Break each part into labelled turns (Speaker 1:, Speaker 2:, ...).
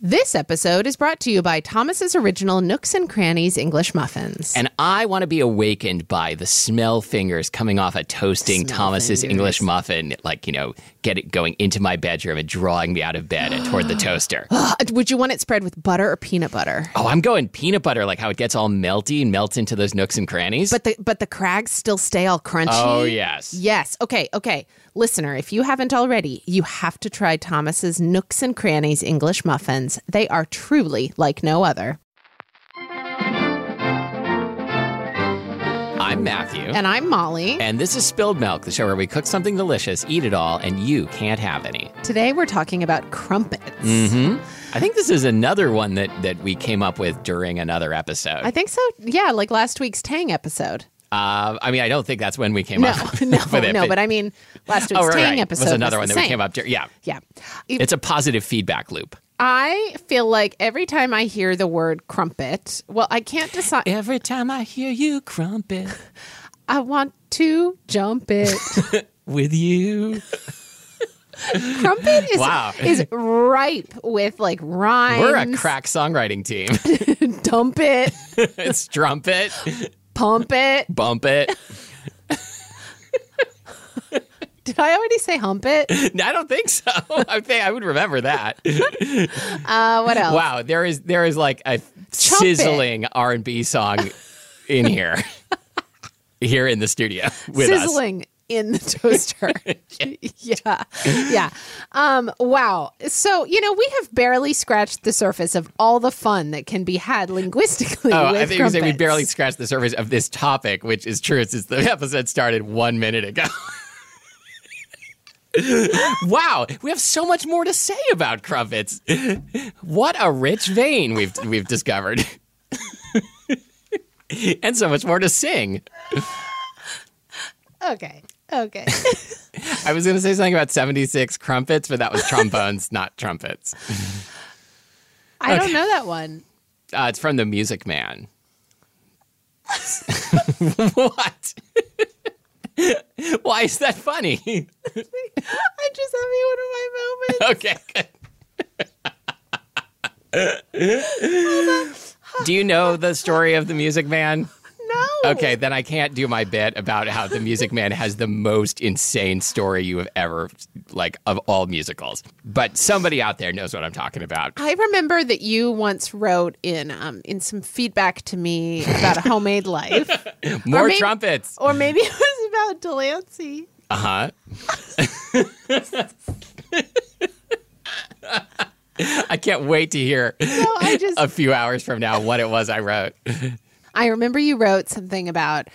Speaker 1: This episode is brought to you by Thomas's original Nooks and Crannies English Muffins.
Speaker 2: And I want to be awakened by the smell fingers coming off a toasting Thomas's
Speaker 1: fingers.
Speaker 2: English muffin, like, you know, get it going into my bedroom and drawing me out of bed and toward the toaster.
Speaker 1: Ugh, would you want it spread with butter or peanut butter?
Speaker 2: Oh, I'm going peanut butter, like how it gets all melty and melts into those nooks and crannies.
Speaker 1: But the but the crags still stay all crunchy.
Speaker 2: oh, yes.
Speaker 1: Yes. Okay. Okay. Listener, if you haven't already, you have to try Thomas's Nooks and Crannies English muffins. They are truly like no other.
Speaker 2: I'm Matthew.
Speaker 1: And I'm Molly.
Speaker 2: And this is Spilled Milk, the show where we cook something delicious, eat it all, and you can't have any.
Speaker 1: Today we're talking about crumpets.
Speaker 2: Mm-hmm. I think this is another one that, that we came up with during another episode.
Speaker 1: I think so. Yeah, like last week's Tang episode.
Speaker 2: Uh, I mean, I don't think that's when we came
Speaker 1: No,
Speaker 2: up
Speaker 1: no,
Speaker 2: with it.
Speaker 1: no. But I mean, last week's
Speaker 2: oh, right,
Speaker 1: Tang
Speaker 2: right.
Speaker 1: episode
Speaker 2: was another
Speaker 1: the
Speaker 2: one that we
Speaker 1: same.
Speaker 2: came up to. Yeah.
Speaker 1: Yeah.
Speaker 2: It's a positive feedback loop.
Speaker 1: I feel like every time I hear the word crumpet, well, I can't decide.
Speaker 2: Every time I hear you crumpet
Speaker 1: I want to jump it.
Speaker 2: with you.
Speaker 1: crumpet is
Speaker 2: Wow.
Speaker 1: is ripe with like rhymes.
Speaker 2: We're a crack songwriting team.
Speaker 1: dump it,
Speaker 2: it's trumpet,
Speaker 1: pump it.
Speaker 2: bump it.
Speaker 1: Did I already say hump it?
Speaker 2: No, I don't think so. I think I would remember that.
Speaker 1: Uh, what else?
Speaker 2: Wow, there is there is like a sizzling R and B song in here, here in the studio with us.
Speaker 1: Sizzling in the toaster. yeah. Yeah. Um, wow. So, you know, we have barely scratched the surface of all the fun that can be had linguistically
Speaker 2: Oh,
Speaker 1: with
Speaker 2: I think you say we
Speaker 1: crumpets.
Speaker 2: barely scratched the surface of this topic, which is true since the episode started one minute ago. wow, we have so much more to say about crumpets. What a rich vein we've we've discovered, and so much more to sing.
Speaker 1: Okay. Okay.
Speaker 2: I was going to say something about 76 crumpets, but that was trombones, not trumpets.
Speaker 1: I don't know that one.
Speaker 2: Uh, it's from The Music Man. what? Why is that funny?
Speaker 1: I just had me one of my moments.
Speaker 2: okay. good. do you know the story of The Music Man?
Speaker 1: No.
Speaker 2: Okay, then I can't do my bit about how The Music Man has the most insane story you have ever, like, of all musicals. But somebody out there knows what I'm talking about.
Speaker 1: I remember that you once wrote in um, in some feedback to me about a homemade life,
Speaker 2: More
Speaker 1: maybe-
Speaker 2: trumpets.
Speaker 1: or maybe it was about Delancey.
Speaker 2: Uh huh. I can't wait to hear
Speaker 1: No, I just
Speaker 2: a few hours from now what it was I wrote.
Speaker 1: I remember you wrote something about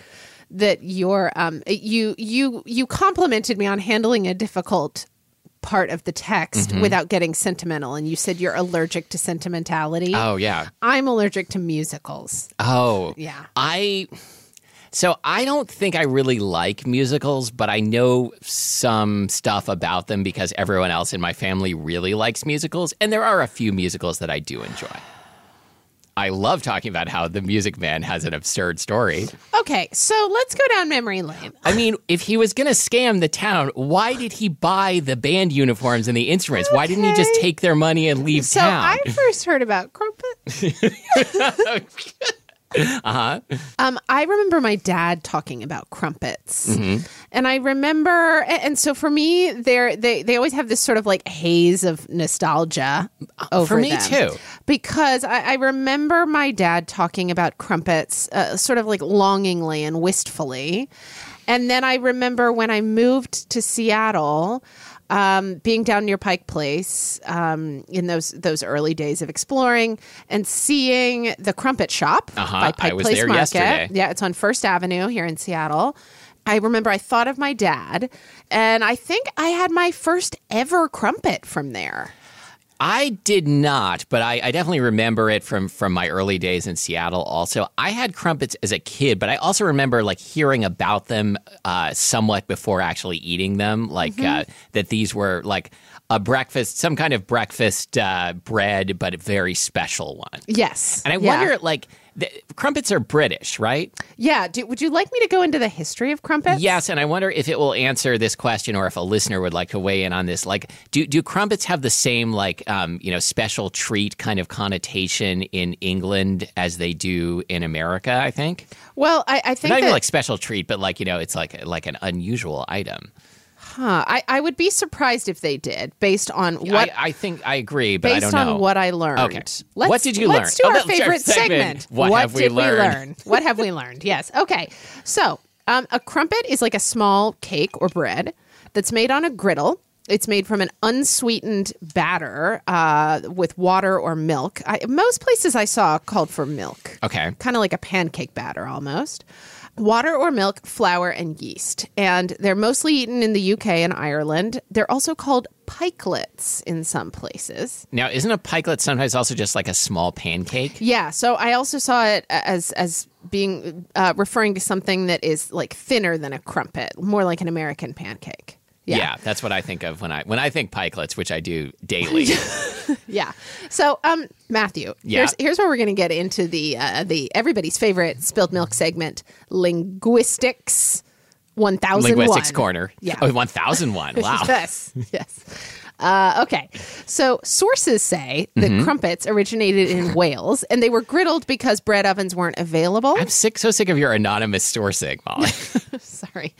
Speaker 1: that your um you you you complimented me on handling a difficult part of the text without getting sentimental, and you said you're allergic to sentimentality.
Speaker 2: Oh, yeah.
Speaker 1: I'm allergic to musicals.
Speaker 2: Oh.
Speaker 1: Yeah.
Speaker 2: I. So I don't think I really like musicals, but I know some stuff about them because everyone else in my family really likes musicals, and there are a few musicals that I do enjoy. I love talking about how the Music Man has an absurd story.
Speaker 1: Okay, so let's go down memory lane.
Speaker 2: I mean, if he was going to scam the town, why did he buy the band uniforms and the instruments? Why didn't he just
Speaker 1: Okay.
Speaker 2: take their money and leave
Speaker 1: So
Speaker 2: town?
Speaker 1: I first heard about crumpet. Um, I remember my dad talking about crumpets,
Speaker 2: Mm-hmm.
Speaker 1: and I remember, a- and so for me, they're, they they always have this sort of like haze of nostalgia over
Speaker 2: Uh, me
Speaker 1: them.
Speaker 2: too.
Speaker 1: because I, I remember my dad talking about crumpets, uh, sort of like longingly and wistfully, and then I remember when I moved to Seattle. Um, being down near Pike Place um, in those those early days of exploring and seeing the crumpet shop
Speaker 2: Uh-huh.
Speaker 1: by
Speaker 2: I
Speaker 1: Pike
Speaker 2: was
Speaker 1: Place
Speaker 2: there
Speaker 1: Market.
Speaker 2: yesterday.
Speaker 1: Yeah, it's on First Avenue here in Seattle. I remember I thought of my dad, and I think I had my first ever crumpet from there.
Speaker 2: I did not, but I, I definitely remember it from from my early days in Seattle. Also, I had crumpets as a kid, but I also remember like hearing about them uh, somewhat before actually eating them. Like
Speaker 1: Mm-hmm.
Speaker 2: uh, that these were like a breakfast, some kind of breakfast uh, bread, but a very special one.
Speaker 1: Yes,
Speaker 2: And I
Speaker 1: Yeah.
Speaker 2: wonder, like, the, crumpets are British, right?
Speaker 1: Yeah, Do, would you like me to go into the history of crumpets?
Speaker 2: Yes, and I wonder if it will answer this question, or if a listener would like to weigh in on this. Like, do do crumpets have the same like um, you know special treat kind of connotation in England as they do in America? I think
Speaker 1: Well, I, I think
Speaker 2: not even
Speaker 1: that,
Speaker 2: like special treat, but like you know, it's like like an unusual item.
Speaker 1: huh, I, I would be surprised if they did, based on what
Speaker 2: I, I think I agree, but I
Speaker 1: based
Speaker 2: don't know.
Speaker 1: on what I learned.
Speaker 2: Okay.
Speaker 1: Let's,
Speaker 2: What did you
Speaker 1: let's
Speaker 2: learn?
Speaker 1: do
Speaker 2: Oh,
Speaker 1: our
Speaker 2: that's our
Speaker 1: favorite
Speaker 2: segment.
Speaker 1: segment.
Speaker 2: What have we
Speaker 1: did
Speaker 2: learned?
Speaker 1: learn? What have we learned? Yes. Okay. So, um, a crumpet is like a small cake or bread that's made on a griddle. It's made from an unsweetened batter uh, with water or milk. I, most places I saw called for milk
Speaker 2: okay,
Speaker 1: kind of like a pancake batter almost. Water or milk, flour, and yeast. And they're mostly eaten in the UK and Ireland. They're also called pikelets in some places.
Speaker 2: now isn't a pikelet sometimes also just like a small pancake?
Speaker 1: Yeah, so I also saw it as as being uh, referring to something that is like thinner than a crumpet, more like an American pancake.
Speaker 2: Yeah. that's what I think of when I when I think pikelets, which I do daily.
Speaker 1: Yeah. So, um, Matthew,
Speaker 2: Yeah.
Speaker 1: here's here's where we're going to get into the uh, the everybody's favorite spilled milk segment, linguistics, one thousand
Speaker 2: Linguistics corner.
Speaker 1: Yeah.
Speaker 2: oh, one thousand one. Wow.
Speaker 1: Yes. Yes. Uh, okay. So sources say that
Speaker 2: Mm-hmm.
Speaker 1: crumpets originated in Wales and they were griddled because bread ovens weren't available.
Speaker 2: I'm sick, so sick of your anonymous sourcing, Molly.
Speaker 1: Sorry.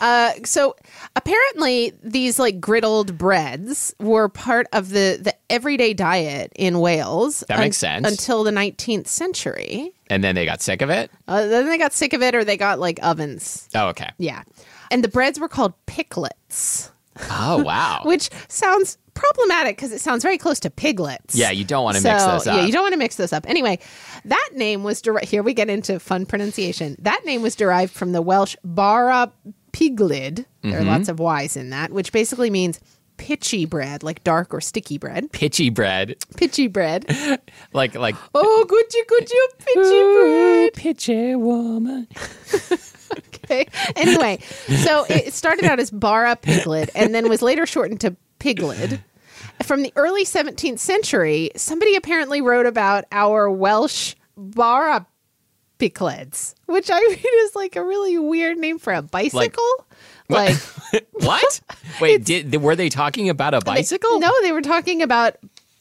Speaker 1: Uh, so apparently, these like griddled breads were part of the the everyday diet in Wales.
Speaker 2: That makes sense.
Speaker 1: Until the 19th century,
Speaker 2: and then they got sick of it.
Speaker 1: uh, then they got sick of it, or they got like ovens.
Speaker 2: Oh, okay.
Speaker 1: Yeah, and the breads were called picklets,
Speaker 2: Oh, wow.
Speaker 1: which sounds problematic because it sounds very close to piglets.
Speaker 2: yeah, you don't want to mix those up.
Speaker 1: Yeah, you don't want to mix those up. Anyway, that name was derived. Here we get into fun pronunciation. That name was derived from the Welsh bara piglid. There
Speaker 2: Mm-hmm.
Speaker 1: are lots of Y's in that, which basically means pitchy bread, like dark or sticky bread.
Speaker 2: Pitchy bread,
Speaker 1: Pitchy bread.
Speaker 2: like like
Speaker 1: oh, good you, good you, pitchy bread.
Speaker 2: pitchy woman.
Speaker 1: Okay. Anyway, so it started out as bara piglet and then was later shortened to piglet. From the early 17th century, somebody apparently wrote about our Welsh bara piglets, which I read is like a really weird name for a bicycle. Like,
Speaker 2: What? Wait, did were they talking about a bicycle?
Speaker 1: no, they were talking about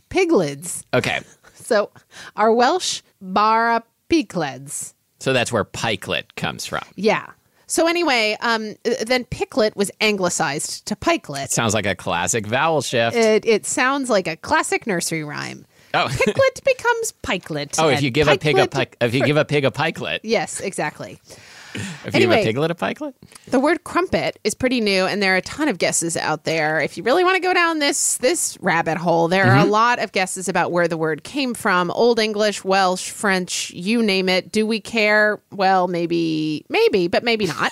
Speaker 1: piglets.
Speaker 2: Okay,
Speaker 1: So our Welsh bara piglets.
Speaker 2: so that's where pikelet comes from.
Speaker 1: Yeah. So anyway, um, then piglet was anglicized to pikelet.
Speaker 2: Sounds like a classic vowel shift.
Speaker 1: It, it sounds like a classic nursery rhyme.
Speaker 2: oh,
Speaker 1: Piglet becomes pikelet.
Speaker 2: oh, if
Speaker 1: and
Speaker 2: you give a pig a
Speaker 1: pikelet-
Speaker 2: pike, if you give a pig a pikelet,
Speaker 1: Yes, exactly.
Speaker 2: if you give a
Speaker 1: Anyway.
Speaker 2: piglet a pikelet,
Speaker 1: The word crumpet is pretty new, and there are a ton of guesses out there. If you really want to go down this this rabbit hole, there are
Speaker 2: Mm-hmm.
Speaker 1: a lot of guesses about where the word came from: Old English, Welsh, French, you name it. Do we care? Well, maybe, maybe, but maybe not.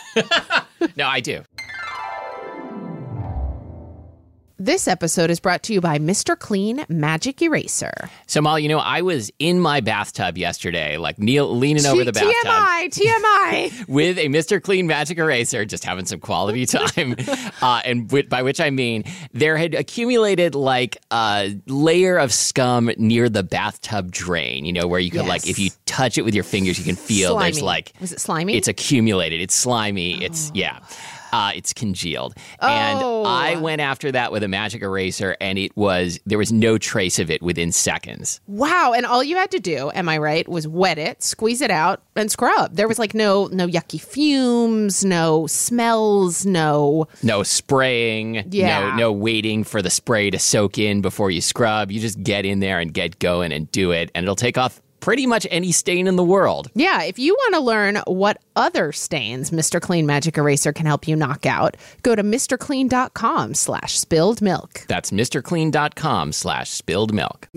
Speaker 2: no, I do.
Speaker 1: This episode is brought to you by Mr. Clean Magic Eraser.
Speaker 2: So, Molly, you know, I was in my bathtub yesterday, like kneel, leaning over the bathtub
Speaker 1: TMI, TMI.
Speaker 2: with a Mr. Clean Magic Eraser, just having some quality time. uh, and whi- by which I mean there had accumulated like a layer of scum near the bathtub drain, you know, where you could, like,
Speaker 1: Yes.
Speaker 2: if you touch it with your fingers, you can feel there's
Speaker 1: Slimy.
Speaker 2: like,
Speaker 1: was it slimy?
Speaker 2: it's accumulated, it's slimy, it's, yeah. Uh, it's congealed. And
Speaker 1: Oh.
Speaker 2: I went after that with a magic eraser, and it was, there was no trace of it within seconds.
Speaker 1: wow. And all you had to do, am I right, was wet it, squeeze it out, and scrub. There was like no no yucky fumes, no smells, no
Speaker 2: No spraying.
Speaker 1: Yeah.
Speaker 2: No, no waiting for the spray to soak in before you scrub. You just get in there and get going and do it, and it'll take off pretty much any stain in the world.
Speaker 1: Yeah, if you want to learn what other stains Mr. Clean Magic Eraser can help you knock out, go to MrClean.com slash spilled milk.
Speaker 2: That's MrClean.com slash spilled milk.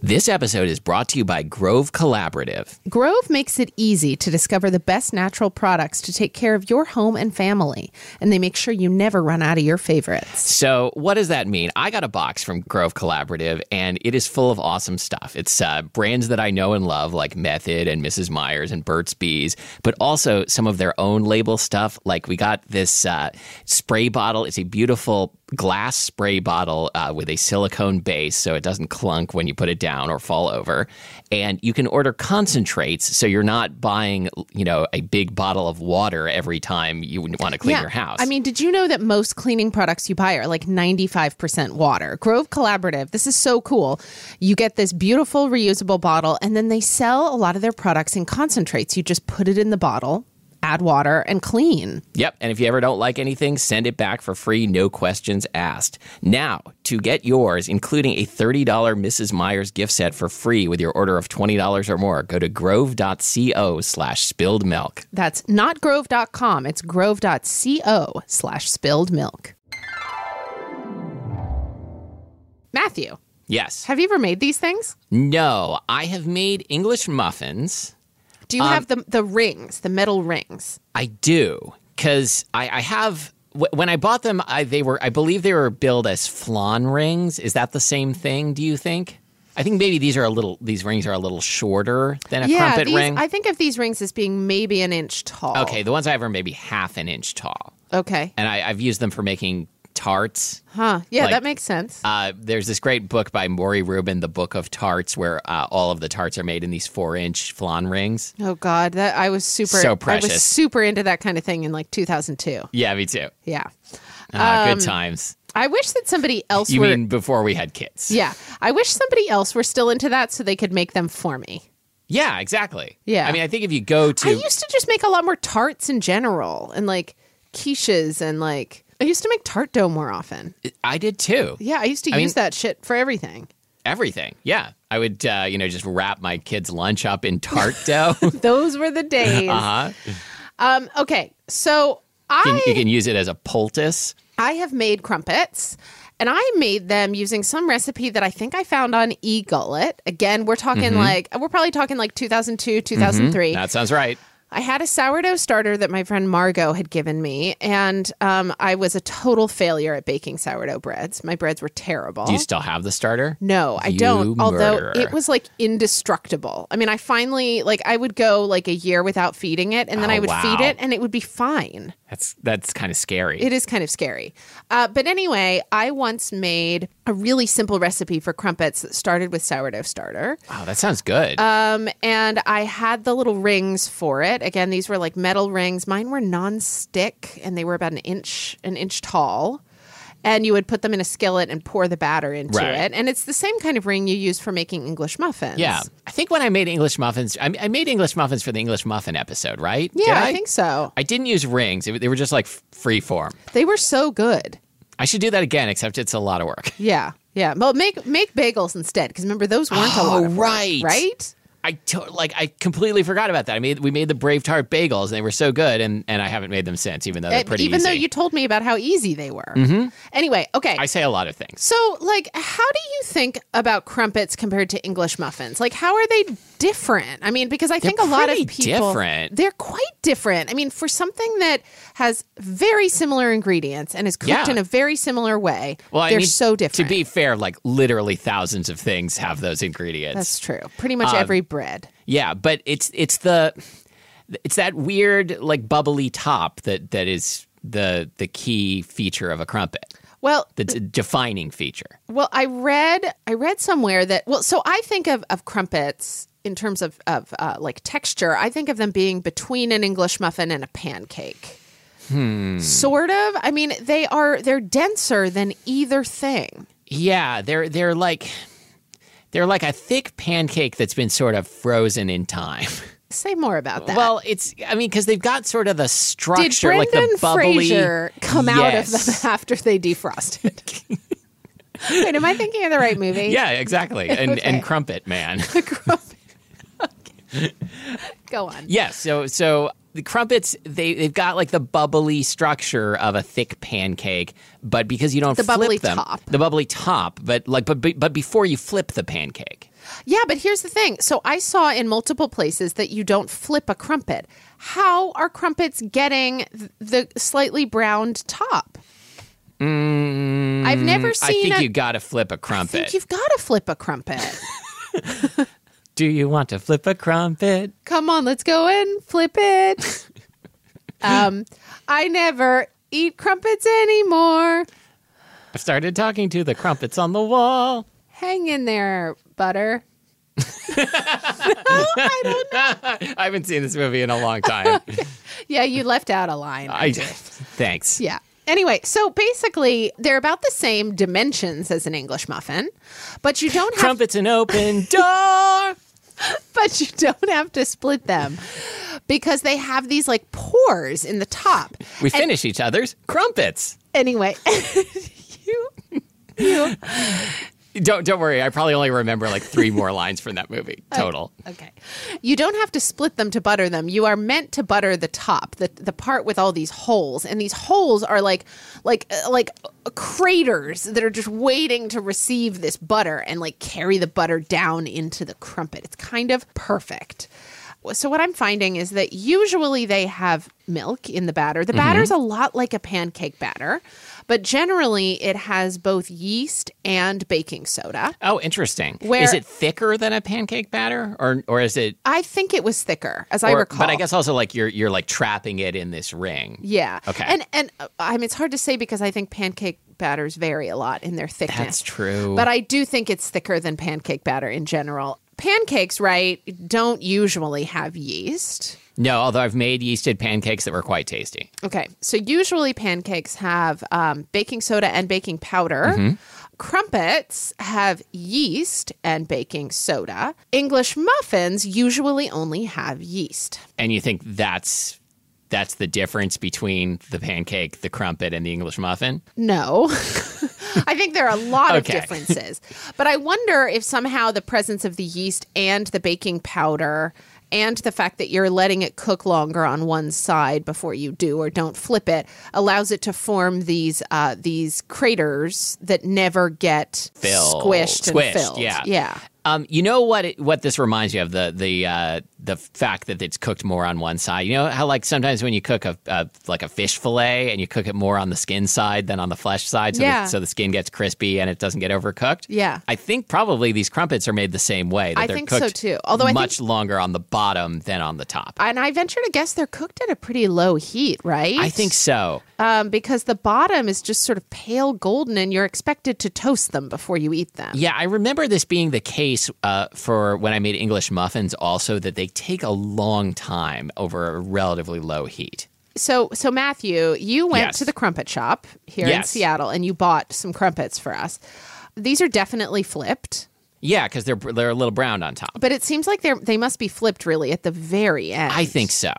Speaker 2: This episode is brought to you by Grove Collaborative.
Speaker 1: Grove makes it easy to discover the best natural products to take care of your home and family, and they make sure you never run out of your favorites.
Speaker 2: So, what does that mean? I got a box from Grove Collaborative, and it is full of awesome stuff. It's uh, brands that I know and love, like Method and Mrs. Myers and Burt's Bees, but also some of their own label stuff. Like we got this uh, spray bottle. It's a beautiful glass spray bottle uh, with a silicone base, so it doesn't clunk when you put it down or fall over. And you can order concentrates, so you're not buying, you know, a big bottle of water every time you want to clean your house.
Speaker 1: I mean, did you know that most cleaning products you buy are like 95% water? Grove Collaborative, this is so cool. You get this beautiful reusable bottle, and then they sell a lot of their products in concentrates. You just put it in the bottle, add water, and clean.
Speaker 2: Yep. And if you ever don't like anything, send it back for free, no questions asked. Now, to get yours, including a $30 Mrs. Myers gift set for free with your order of $20 or more, go to grove.co slash spilled milk.
Speaker 1: That's not grove.com, it's grove.co slash spilled milk. Matthew,
Speaker 2: Yes.
Speaker 1: have you ever made these things?
Speaker 2: No, I have made English muffins.
Speaker 1: Do
Speaker 2: Um,
Speaker 1: you have the, the rings, the metal rings?
Speaker 2: I do because I, I have. wh- When I bought them, I, they were, I believe, they were billed as flan rings. Is that the same thing? Do you think? I think maybe these are a little. These rings are a little shorter than a crumpet
Speaker 1: these,
Speaker 2: ring.
Speaker 1: I think of these rings as being maybe an inch tall.
Speaker 2: Okay, the ones I have are maybe half an inch tall,
Speaker 1: Okay.
Speaker 2: and I, I've used them for making tarts.
Speaker 1: Huh. Yeah,
Speaker 2: Like-
Speaker 1: that makes sense.
Speaker 2: Uh, there's this great book by Maury Rubin, The Book of Tarts, where uh, all of the tarts are made in these four inch flan rings.
Speaker 1: Oh God, that I was super.
Speaker 2: So
Speaker 1: I
Speaker 2: precious.
Speaker 1: was super into that kind of thing in like 2002.
Speaker 2: Yeah, me too.
Speaker 1: Yeah.
Speaker 2: Uh, good times.
Speaker 1: I wish that somebody else
Speaker 2: You
Speaker 1: Um, were.
Speaker 2: mean before we had kids?
Speaker 1: yeah, I wish somebody else were still into that so they could make them for me.
Speaker 2: Yeah, exactly.
Speaker 1: Yeah.
Speaker 2: I mean, I think if you go to.
Speaker 1: I used to just make a lot more tarts in general and like quiches and like I used to make tart dough more often.
Speaker 2: I did too.
Speaker 1: Yeah, I used to
Speaker 2: mean-
Speaker 1: use that shit for everything.
Speaker 2: Everything. Yeah. I would, uh, you know, just wrap my kids' lunch up in tart dough.
Speaker 1: Those were the days.
Speaker 2: uh-huh.
Speaker 1: Um, okay, so I
Speaker 2: You can- you can use it as a poultice.
Speaker 1: I have made crumpets and I made them using some recipe that I think I found on eGullet. Again, we're talking like, we're probably talking like 2002, 2003.
Speaker 2: Mm-hmm. That sounds right.
Speaker 1: I had a sourdough starter that my friend Margot had given me, and um, I was a total failure at baking sourdough breads. My breads were terrible.
Speaker 2: Do you still have the starter?
Speaker 1: No, I
Speaker 2: You
Speaker 1: don't.
Speaker 2: murderer.
Speaker 1: Although it was like indestructible. I mean, I finally like I would go like a year without feeding it, and then
Speaker 2: Oh,
Speaker 1: I would
Speaker 2: wow.
Speaker 1: feed it, and it would be fine.
Speaker 2: That's that's kind of scary.
Speaker 1: It is kind of scary. Uh, but anyway, I once made a really simple recipe for crumpets that started with sourdough starter.
Speaker 2: wow, that sounds good.
Speaker 1: Um, and I had the little rings for it. Again, these were like metal rings. Mine were non-stick, and they were about an inch, an inch tall. And you would put them in a skillet and pour the batter into
Speaker 2: Right.
Speaker 1: it. And it's the same kind of ring you use for making English muffins.
Speaker 2: yeah, I think when I made English muffins, I, I made English muffins for the English muffin episode, right? Did
Speaker 1: Yeah, I think so.
Speaker 2: I didn't use rings; it, they were just like f- free form.
Speaker 1: They were so good.
Speaker 2: I should do that again, except it's a lot of work.
Speaker 1: Yeah. Yeah. Well, make make bagels instead, because remember those weren't a lot
Speaker 2: Oh,
Speaker 1: of work,
Speaker 2: right.
Speaker 1: right?
Speaker 2: I I to- like I completely forgot about that. I made we made the Brave Tart bagels and they were so good and, and I haven't made them since even though they're
Speaker 1: Eh, even
Speaker 2: pretty
Speaker 1: though
Speaker 2: easy. Mm-hmm.
Speaker 1: you told me about how easy they were. Anyway, okay.
Speaker 2: I say a lot of things.
Speaker 1: so, like, how do you think about crumpets compared to English muffins? Like, how are they different? I mean, because I think a lot of
Speaker 2: pretty
Speaker 1: people
Speaker 2: different.
Speaker 1: they're quite different. I mean, for something that has very similar ingredients and is cooked
Speaker 2: Yeah.
Speaker 1: in a very similar way,
Speaker 2: Well, I
Speaker 1: they're
Speaker 2: mean,
Speaker 1: so
Speaker 2: To
Speaker 1: different.
Speaker 2: be fair, like literally thousands of things have those ingredients.
Speaker 1: That's true. Pretty
Speaker 2: um,
Speaker 1: much every bread.
Speaker 2: Yeah, but it's it's the it's that weird like bubbly top that that is the the key feature of a crumpet.
Speaker 1: Well,
Speaker 2: The d- defining feature.
Speaker 1: Well, I read I read somewhere that well, so I think of of crumpets in terms of of uh, like texture. I think of them being between an English muffin and a pancake.
Speaker 2: Hmm.
Speaker 1: Sort of. I mean, they are they're denser than either thing.
Speaker 2: Yeah, they're they're like they're like a thick pancake that's been sort of frozen in time.
Speaker 1: Say more about that.
Speaker 2: Well, it's I mean because they've got sort of the
Speaker 1: did
Speaker 2: structure
Speaker 1: Brendan
Speaker 2: like the bubbly
Speaker 1: Fraser come out of
Speaker 2: Yes.
Speaker 1: them after they defrosted? Wait, am I thinking of the right movie?
Speaker 2: Yeah, exactly. And
Speaker 1: Okay.
Speaker 2: and crumpet man.
Speaker 1: Go on.
Speaker 2: Yes. So so the crumpets they they've got like the bubbly structure of a thick pancake, but because you don't
Speaker 1: The
Speaker 2: flip
Speaker 1: bubbly
Speaker 2: them,
Speaker 1: top.
Speaker 2: the bubbly top, but like but be- but before you flip the pancake.
Speaker 1: Yeah, but here's the thing. So I saw in multiple places that you don't flip a crumpet. How are crumpets getting th- the slightly browned top? I've never
Speaker 2: Mm, I
Speaker 1: seen.
Speaker 2: think
Speaker 1: a-
Speaker 2: you got to flip a
Speaker 1: I think
Speaker 2: crumpet.
Speaker 1: you've got to flip a crumpet.
Speaker 2: Do you want to flip a crumpet?
Speaker 1: Come on, let's go in. Flip it. um, I never eat crumpets anymore.
Speaker 2: I've started talking to the crumpets on the wall.
Speaker 1: Hang in there, butter. no, I don't.
Speaker 2: I haven't seen this movie in a long time.
Speaker 1: Yeah, you left out a line.
Speaker 2: I thanks.
Speaker 1: Yeah. Anyway, so basically, they're about the same dimensions as an English muffin, but you don't have,
Speaker 2: Crumpets an open door.
Speaker 1: but you don't have to split them because they have these like pores in the top.
Speaker 2: We finish each other's crumpets.
Speaker 1: Anyway, you, you.
Speaker 2: Don't don't worry. I probably only remember like three more lines from that movie
Speaker 1: Uh,
Speaker 2: total.
Speaker 1: Okay. You don't have to split them to butter them. You are meant to butter the top, the the part with all these holes. And these holes are like like uh, like uh, craters that are just waiting to receive this butter and like carry the butter down into the crumpet. It's kind of perfect. So what I'm finding is that usually they have milk in the batter.
Speaker 2: Mm-hmm.
Speaker 1: The batter's a lot like a pancake batter, but generally it has both yeast and baking soda.
Speaker 2: Oh, interesting. Is
Speaker 1: Where-
Speaker 2: it thicker than a pancake batter, or or is it?
Speaker 1: I think it was thicker, as I
Speaker 2: or-
Speaker 1: recall.
Speaker 2: but I guess also like you're you're like trapping it in this ring.
Speaker 1: Yeah.
Speaker 2: Okay.
Speaker 1: And and uh, I mean, it's hard to say because I think pancake batters vary a lot in their thickness.
Speaker 2: That's true.
Speaker 1: But I do think it's thicker than pancake batter in general. Pancakes, right, don't usually have yeast.
Speaker 2: no, although I've made yeasted pancakes that were quite tasty.
Speaker 1: Okay. So usually pancakes have um, baking soda and baking powder.
Speaker 2: Mm-hmm.
Speaker 1: Crumpets have yeast and baking soda. English muffins usually only have yeast.
Speaker 2: And you think that's that's the difference between the pancake, the crumpet, and the English muffin?
Speaker 1: No. I think there are a lot
Speaker 2: Okay.
Speaker 1: of differences. But I wonder if somehow the presence of the yeast and the baking powder and the fact that you're letting it cook longer on one side before you do or don't flip it allows it to form these uh, these craters that never get
Speaker 2: Filled.
Speaker 1: squished,
Speaker 2: Squished,
Speaker 1: and filled.
Speaker 2: yeah.
Speaker 1: yeah.
Speaker 2: Um, you know what? It, what this reminds me of the the uh, the fact that it's cooked more on one side. You know how like sometimes when you cook a, a like a fish fillet and you cook it more on the skin side than on the flesh side, so
Speaker 1: Yeah.
Speaker 2: the, so the skin gets crispy and it doesn't get overcooked.
Speaker 1: Yeah.
Speaker 2: I think probably these crumpets are made the same way. That
Speaker 1: I
Speaker 2: they're
Speaker 1: think so
Speaker 2: cooked
Speaker 1: too. Although I think-
Speaker 2: much longer on the bottom than on the top.
Speaker 1: And I venture to guess they're cooked at a pretty low heat, right?
Speaker 2: I think so.
Speaker 1: um, because the bottom is just sort of pale golden, and you're expected to toast them before you eat them.
Speaker 2: Yeah, I remember this being the case uh, for when I made English muffins. Also, that they take a long time over a relatively low heat.
Speaker 1: So, so Matthew, you went
Speaker 2: Yes.
Speaker 1: to the crumpet shop here in
Speaker 2: Yes.
Speaker 1: Seattle, and you bought some crumpets for us. These are definitely flipped,
Speaker 2: Yeah, because they're they're a little browned on top.
Speaker 1: but it seems like they are they must be flipped really at the very end.
Speaker 2: I think so.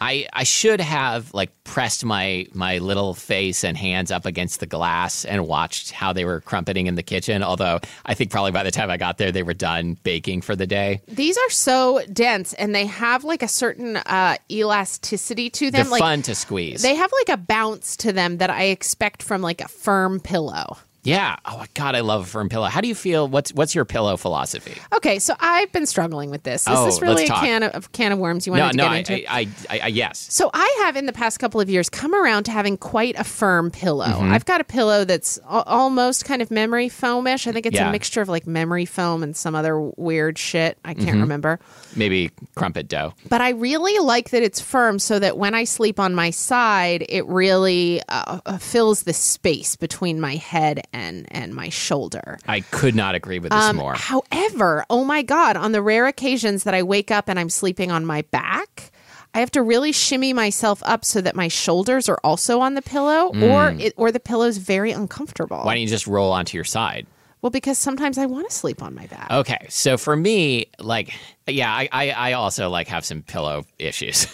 Speaker 2: I I should have like pressed my my little face and hands up against the glass and watched how they were crumpeting in the kitchen. Although I think probably by the time I got there, they were done baking for the day.
Speaker 1: These are so dense, and they have like a certain uh, elasticity to
Speaker 2: They're
Speaker 1: them. like
Speaker 2: fun to squeeze.
Speaker 1: they have like a bounce to them that I expect from like a firm pillow.
Speaker 2: yeah. Oh my God, I love a firm pillow. How do you feel? What's what's your pillow philosophy?
Speaker 1: Okay, so I've been struggling with this. Is
Speaker 2: Oh,
Speaker 1: this really
Speaker 2: let's
Speaker 1: a
Speaker 2: talk.
Speaker 1: can of can of worms you wanted
Speaker 2: No,
Speaker 1: to
Speaker 2: no.
Speaker 1: get
Speaker 2: I,
Speaker 1: into?
Speaker 2: I, I, I, I yes.
Speaker 1: So I have in the past couple of years come around to having quite a firm pillow. I've got a pillow that's al- almost kind of memory foamish. I think it's
Speaker 2: Yeah.
Speaker 1: a mixture of like memory foam and some other weird shit. I can't remember.
Speaker 2: Maybe crumpet dough.
Speaker 1: But I really like that it's firm so that when I sleep on my side, it really uh, uh, fills the space between my head and and my shoulder.
Speaker 2: I could not agree with this
Speaker 1: Um,
Speaker 2: more.
Speaker 1: However, oh my God, on the rare occasions that I wake up and I'm sleeping on my back, I have to really shimmy myself up so that my shoulders are also on the pillow or it, or the pillow's very uncomfortable.
Speaker 2: Hmm. Why don't you just roll onto your side?
Speaker 1: Well, because sometimes I want to sleep on my back.
Speaker 2: Okay, so for me, like, yeah, I, I, I also like have some pillow issues.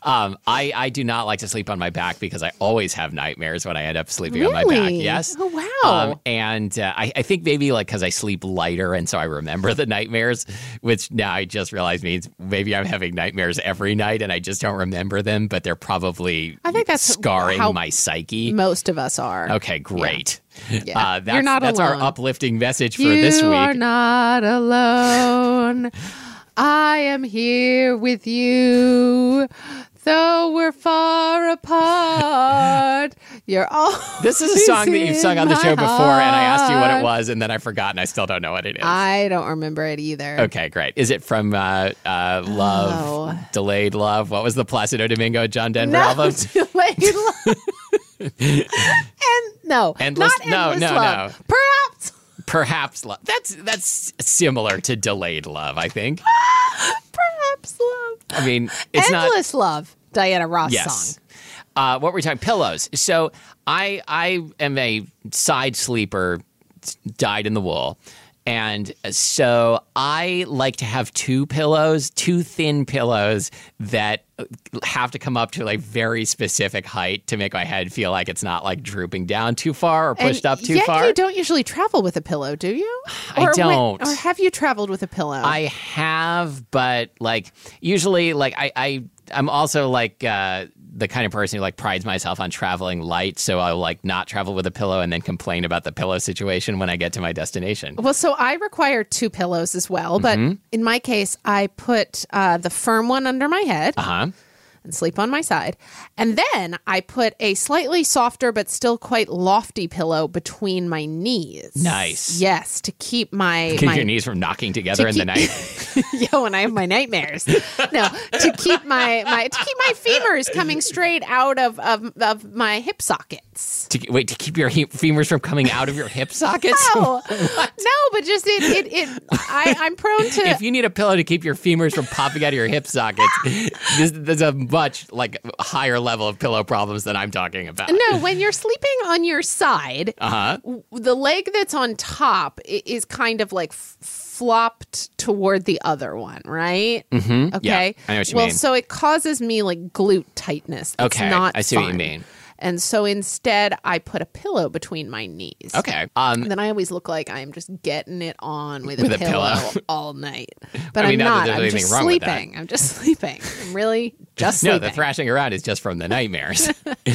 Speaker 2: um, I, I do not like to sleep on my back because I always have nightmares when I end up sleeping on my back.
Speaker 1: Really?
Speaker 2: Yes.
Speaker 1: Oh, wow.
Speaker 2: Um, and uh, I, I think maybe like because I sleep lighter and so I remember the nightmares, which now I just realize means maybe I'm having nightmares every night and I just don't remember them, but they're probably
Speaker 1: I think that's
Speaker 2: scarring
Speaker 1: how-
Speaker 2: my psyche.
Speaker 1: Most of us are.
Speaker 2: Um, Okay, great.
Speaker 1: Yeah.
Speaker 2: Uh,
Speaker 1: You're
Speaker 2: that's
Speaker 1: not
Speaker 2: that's
Speaker 1: alone.
Speaker 2: our uplifting message for
Speaker 1: you
Speaker 2: this week.
Speaker 1: are not alone. I am here with you. Though we're far apart, you're all.
Speaker 2: This is a song that you've sung on the show before, and I asked you what it
Speaker 1: was.
Speaker 2: was, and then I forgot, and I still don't know what it is.
Speaker 1: I don't remember it either.
Speaker 2: okay, great. Is it from uh, uh, Love,
Speaker 1: Oh.
Speaker 2: Delayed Love? What was the Placido Domingo John Denver
Speaker 1: No,
Speaker 2: album?
Speaker 1: delayed love. and no,
Speaker 2: Endless-
Speaker 1: not
Speaker 2: no,
Speaker 1: endless
Speaker 2: no,
Speaker 1: love. Perhaps,
Speaker 2: Perhaps Love. That's that's similar to Delayed Love, I think.
Speaker 1: perhaps love.
Speaker 2: I mean, it's not
Speaker 1: endless love. Diana Ross
Speaker 2: yes.
Speaker 1: song.
Speaker 2: Uh, what were we talking? Pillows. So I I am a side sleeper, s- dyed in the wool, and so I like to have two pillows, two thin pillows that have to come up to a very specific height to make my head feel like it's not like drooping down too far or
Speaker 1: And
Speaker 2: pushed up too
Speaker 1: yet
Speaker 2: far.
Speaker 1: You don't usually travel with a pillow, do you?
Speaker 2: I
Speaker 1: wi-
Speaker 2: don't.
Speaker 1: or have you traveled with a pillow?
Speaker 2: I have, but like usually, like I, I I'm also like uh, the kind of person who like prides myself on traveling light, so I'll like not travel with a pillow and then complain about the pillow situation when I get to my destination.
Speaker 1: well, so I require two pillows as well, but
Speaker 2: Mm-hmm.
Speaker 1: in my case, I put uh, the firm one under my head.
Speaker 2: Uh huh.
Speaker 1: and sleep on my side. And then I put a slightly softer but still quite lofty pillow between my knees.
Speaker 2: Nice.
Speaker 1: Yes, to keep my,
Speaker 2: Keep
Speaker 1: my
Speaker 2: your knees from knocking together in the night.
Speaker 1: yo when I have my nightmares. no, to keep my, my to keep my femurs coming straight out of of, of my hip sockets.
Speaker 2: to, wait, to keep your he- femurs from coming out of your hip sockets.
Speaker 1: Oh no, but just it it, it I, I'm prone to
Speaker 2: If you need a pillow to keep your femurs from popping out of your hip sockets, this, this is a much like higher level of pillow problems than I'm talking about.
Speaker 1: no, when you're sleeping on your side,
Speaker 2: Uh huh.
Speaker 1: w- the leg that's on top i- is kind of like f- flopped toward the other one, right? Mm-hmm. Okay.
Speaker 2: I know what you
Speaker 1: well,
Speaker 2: mean.
Speaker 1: so it causes me like glute tightness. That's
Speaker 2: Okay,
Speaker 1: Not
Speaker 2: I see what you
Speaker 1: fun.
Speaker 2: mean.
Speaker 1: And so instead, I put a pillow between my knees.
Speaker 2: Okay. Um,
Speaker 1: And then I always look like I'm just getting it on with,
Speaker 2: With
Speaker 1: a,
Speaker 2: a
Speaker 1: pillow,
Speaker 2: pillow.
Speaker 1: all night. But
Speaker 2: I mean,
Speaker 1: I'm not.
Speaker 2: not that there's
Speaker 1: I'm
Speaker 2: anything
Speaker 1: just
Speaker 2: wrong with that.
Speaker 1: sleeping. I'm just sleeping. I'm really just
Speaker 2: No,
Speaker 1: sleeping.
Speaker 2: the thrashing around is just from the nightmares.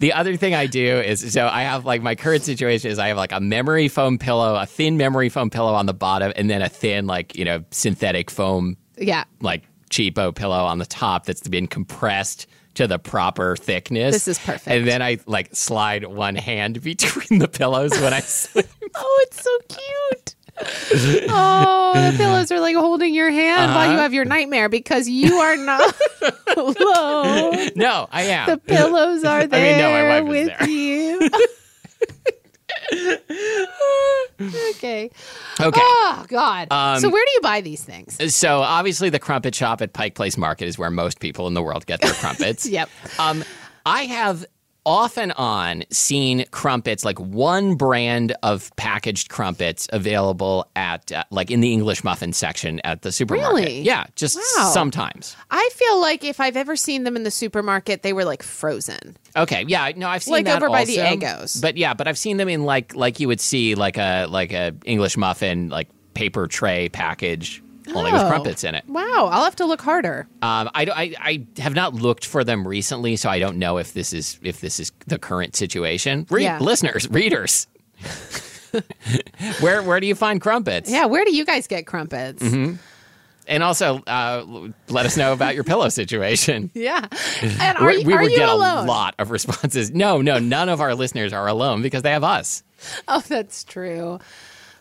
Speaker 2: the other thing I do is so I have like my current situation is I have like a memory foam pillow, a thin memory foam pillow on the bottom, and then a thin, like, you know, synthetic foam,
Speaker 1: yeah.
Speaker 2: like cheapo pillow on the top that's been compressed to the proper thickness.
Speaker 1: This is perfect.
Speaker 2: And then I like slide one hand between the pillows when I sleep.
Speaker 1: Oh, it's so cute. Oh, the pillows are like holding your hand while
Speaker 2: Uh-huh.
Speaker 1: you have your nightmare because you are not alone.
Speaker 2: no, I am.
Speaker 1: The pillows are
Speaker 2: I mean, no, my
Speaker 1: there
Speaker 2: wife is
Speaker 1: with
Speaker 2: there.
Speaker 1: you. okay.
Speaker 2: okay.
Speaker 1: Oh God.
Speaker 2: Um,
Speaker 1: so where do you buy these things?
Speaker 2: So obviously, the crumpet shop at Pike Place Market is where most people in the world get their crumpets.
Speaker 1: Yep.
Speaker 2: Um, I have off and on seen crumpets, like one brand of packaged crumpets available at, uh, like in the English muffin section at the supermarket.
Speaker 1: Really?
Speaker 2: Yeah, just
Speaker 1: Wow.
Speaker 2: sometimes.
Speaker 1: I feel like if I've ever seen them in the supermarket, they were like frozen.
Speaker 2: Okay, yeah, no, I've seen
Speaker 1: Like
Speaker 2: that
Speaker 1: over by the
Speaker 2: also.
Speaker 1: Eggos.
Speaker 2: But yeah, but I've seen them in like like you would see like a like a English muffin like paper tray package only with
Speaker 1: Oh.
Speaker 2: crumpets in it.
Speaker 1: Wow, I'll have to look harder.
Speaker 2: Um, I, don't- I I have not looked for them recently, so I don't know if this is if this is the current situation. Re-
Speaker 1: Yeah.
Speaker 2: Listeners, readers, where where do you find crumpets?
Speaker 1: Yeah, where do you guys get crumpets?
Speaker 2: Mm-hmm. and also uh, let us know about your pillow situation.
Speaker 1: Yeah, and are,
Speaker 2: we
Speaker 1: you
Speaker 2: we
Speaker 1: are
Speaker 2: would
Speaker 1: you
Speaker 2: get
Speaker 1: alone?
Speaker 2: a lot of responses. No, no, none of our listeners are alone because they have us.
Speaker 1: Oh, that's true.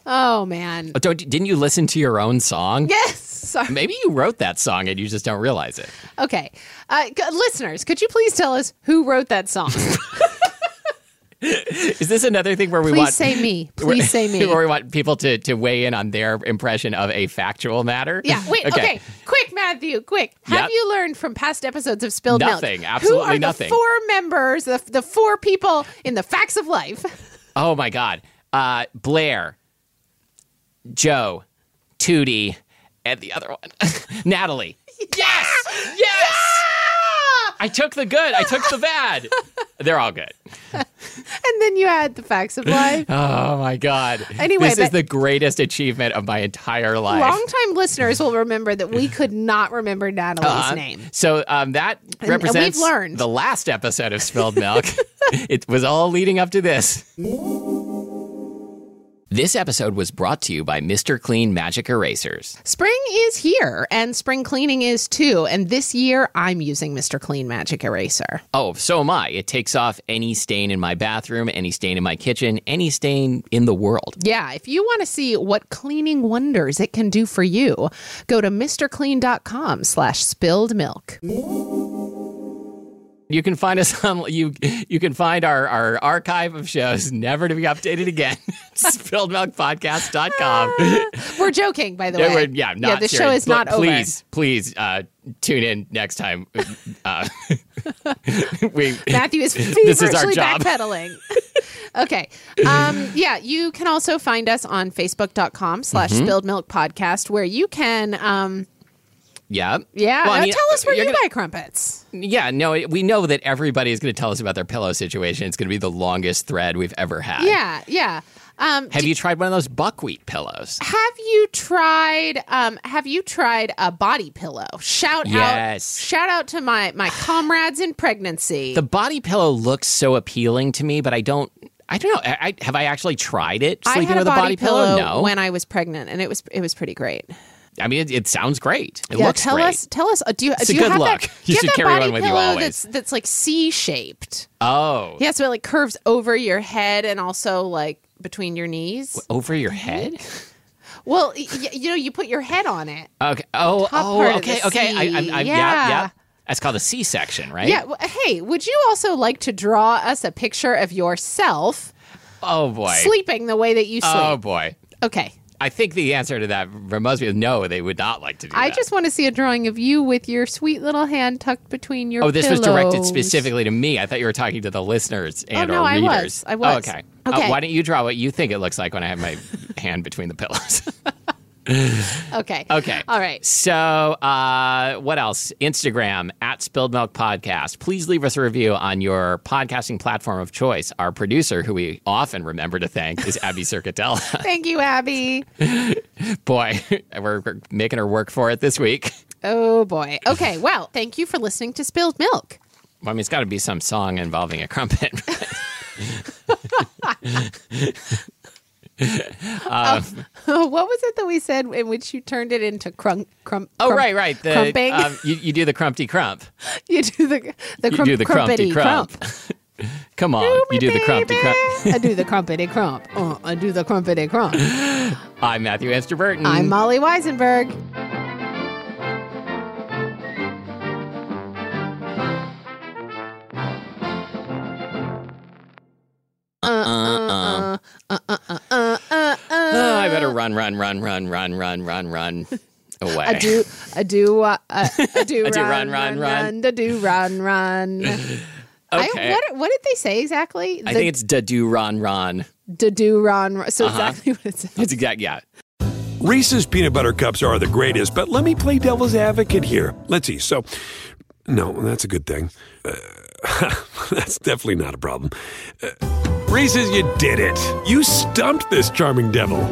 Speaker 1: Oh man.
Speaker 2: But Don't, didn't you listen to your own song?
Speaker 1: Yes. Sorry.
Speaker 2: Maybe you wrote that song and you just don't realize it.
Speaker 1: Okay, uh, g- listeners, could you please tell us who wrote that song?
Speaker 2: Is this another thing where we want
Speaker 1: Please say me. Please say me.
Speaker 2: where we want people to, to weigh in on their impression of a factual matter?
Speaker 1: Yeah. Wait. Okay. Quick, Matthew. Quick. Have
Speaker 2: Yep.
Speaker 1: you learned from past episodes of Spilled Milk?
Speaker 2: Nothing, absolutely
Speaker 1: Who are
Speaker 2: nothing.
Speaker 1: The four members, the, the four people in the Facts of Life.
Speaker 2: Oh my God. Uh, Blair, Joe, Tootie, and the other one, Natalie. Yes! Yes! I took the good. I took the bad. They're all good.
Speaker 1: And then you had the Facts of Life.
Speaker 2: Oh my God.
Speaker 1: Anyway,
Speaker 2: this is
Speaker 1: but-
Speaker 2: the greatest achievement of my entire life.
Speaker 1: Longtime listeners will remember that we could not remember Natalie's
Speaker 2: Uh,
Speaker 1: name.
Speaker 2: So um, that
Speaker 1: we've
Speaker 2: represents
Speaker 1: learned.
Speaker 2: the last episode of Spilled Milk. it was all leading up to this. This episode was brought to you by Mr. Clean Magic Erasers.
Speaker 1: Spring is here, and spring cleaning is too. And this year, I'm using Mr. Clean Magic Eraser.
Speaker 2: Oh, so am I. It takes off any stain in my bathroom, any stain in my kitchen, any stain in the world.
Speaker 1: Yeah, if you want to see what cleaning wonders it can do for you, go to mrclean.com slash spilled milk.
Speaker 2: You can find us on you you can find our, our archive of shows never to be updated again. spilledmilkpodcast.com.
Speaker 1: We're joking, by the way.
Speaker 2: Yeah, we're- yeah, not
Speaker 1: yeah the show
Speaker 2: serious.
Speaker 1: is not
Speaker 2: But please, Please, uh, tune in next time. Uh, we,
Speaker 1: over. Matthew is
Speaker 2: This is our
Speaker 1: feverishly
Speaker 2: job.
Speaker 1: backpedaling. okay. Um, yeah, you can also find us on facebook.com slash
Speaker 2: Mm-hmm.
Speaker 1: spilled milk podcast where you can, um,
Speaker 2: yeah,
Speaker 1: yeah,
Speaker 2: Well, I
Speaker 1: now
Speaker 2: mean,
Speaker 1: tell us where
Speaker 2: you're
Speaker 1: you
Speaker 2: gonna-
Speaker 1: buy crumpets.
Speaker 2: Yeah, no, we know that everybody is going to tell us about their pillow situation. It's going to be the longest thread we've ever had.
Speaker 1: Yeah, yeah. Um,
Speaker 2: Have you tried one of those buckwheat pillows?
Speaker 1: Have you tried um have you tried a body pillow? Shout
Speaker 2: Yes.
Speaker 1: out shout out to my my comrades in pregnancy.
Speaker 2: The body pillow looks so appealing to me, but I don't. I don't know. I, I, have I actually tried it?
Speaker 1: I
Speaker 2: Sleeping
Speaker 1: had a
Speaker 2: with
Speaker 1: body, pillow,
Speaker 2: No.
Speaker 1: when I was pregnant and it was it was pretty great.
Speaker 2: I mean, it, it sounds great. It
Speaker 1: yeah,
Speaker 2: looks
Speaker 1: tell
Speaker 2: great.
Speaker 1: us tell us uh, do you do you
Speaker 2: good
Speaker 1: have
Speaker 2: luck.
Speaker 1: that
Speaker 2: You
Speaker 1: do you
Speaker 2: should
Speaker 1: have that
Speaker 2: carry
Speaker 1: body
Speaker 2: one with you
Speaker 1: pillow
Speaker 2: always.
Speaker 1: that's that's like C-shaped?
Speaker 2: oh,
Speaker 1: Yeah, so it like curves over your head and also like between your knees.
Speaker 2: over your head.
Speaker 1: Well, y- y- you know, you put your head on it.
Speaker 2: Okay. Oh. oh.
Speaker 1: part of
Speaker 2: okay.
Speaker 1: the
Speaker 2: okay. I, I,
Speaker 1: C.
Speaker 2: I, yeah.
Speaker 1: Yeah.
Speaker 2: Yeah. That's called a C section, right?
Speaker 1: Yeah. well, Hey, would you also like to draw us a picture of yourself
Speaker 2: Oh boy.
Speaker 1: sleeping the way that you sleep?
Speaker 2: Oh boy.
Speaker 1: Okay.
Speaker 2: I think the answer to that must be no. They would not like to do
Speaker 1: I
Speaker 2: that.
Speaker 1: just want to see a drawing of you with your sweet little hand tucked between your
Speaker 2: Oh, this was directed
Speaker 1: pillows. Oh,
Speaker 2: specifically to me. I thought you were talking to the listeners and
Speaker 1: no,
Speaker 2: or
Speaker 1: I
Speaker 2: readers.
Speaker 1: was. I was.
Speaker 2: Oh, okay.
Speaker 1: Okay.
Speaker 2: Uh, why don't you draw what you think it looks like when I have my hand between the pillows?
Speaker 1: Okay.
Speaker 2: okay.
Speaker 1: All right.
Speaker 2: So, uh, what else? Instagram at Spilled Milk Podcast. Please leave us a review on your podcasting platform of choice. Our producer, who we often remember to thank, is Abby Circatella.
Speaker 1: Thank you, Abby.
Speaker 2: boy, we're, we're making her work for it this week.
Speaker 1: Oh boy. Okay. Well, thank you for listening to Spilled Milk.
Speaker 2: Well, I mean, it's got to be some song involving a crumpet.
Speaker 1: what was it that we said in which you turned it into crunk crump?
Speaker 2: oh,
Speaker 1: crump-
Speaker 2: right, right. The,
Speaker 1: crumping.
Speaker 2: um, you, you do the crumpty crump.
Speaker 1: you do the the
Speaker 2: You
Speaker 1: crump,
Speaker 2: do the crumpty
Speaker 1: crumpety
Speaker 2: crump.
Speaker 1: crump.
Speaker 2: Come on, you do the crumpty crump.
Speaker 1: I do the crumpety crump. Uh, I do the crumpety crump.
Speaker 2: I'm Matthew Amster Burton.
Speaker 1: I'm Molly Weisenberg.
Speaker 2: Oh, I better run, run, run, run, run, run, run, run away.
Speaker 1: I do, I do, uh, I, I do,
Speaker 2: I do
Speaker 1: run, run, run, I do, run, run. I, what, what did they say exactly?
Speaker 2: I think Uh-huh. it's da do ron ron.
Speaker 1: da do ron. So exactly what it says.
Speaker 2: That's exact. Yeah.
Speaker 3: Reese's peanut butter cups are the greatest, but let me play devil's advocate here. Let's see. So, no, that's a good thing. Uh, that's definitely not a problem. Uh, Reese's, you did it. You stumped this charming devil.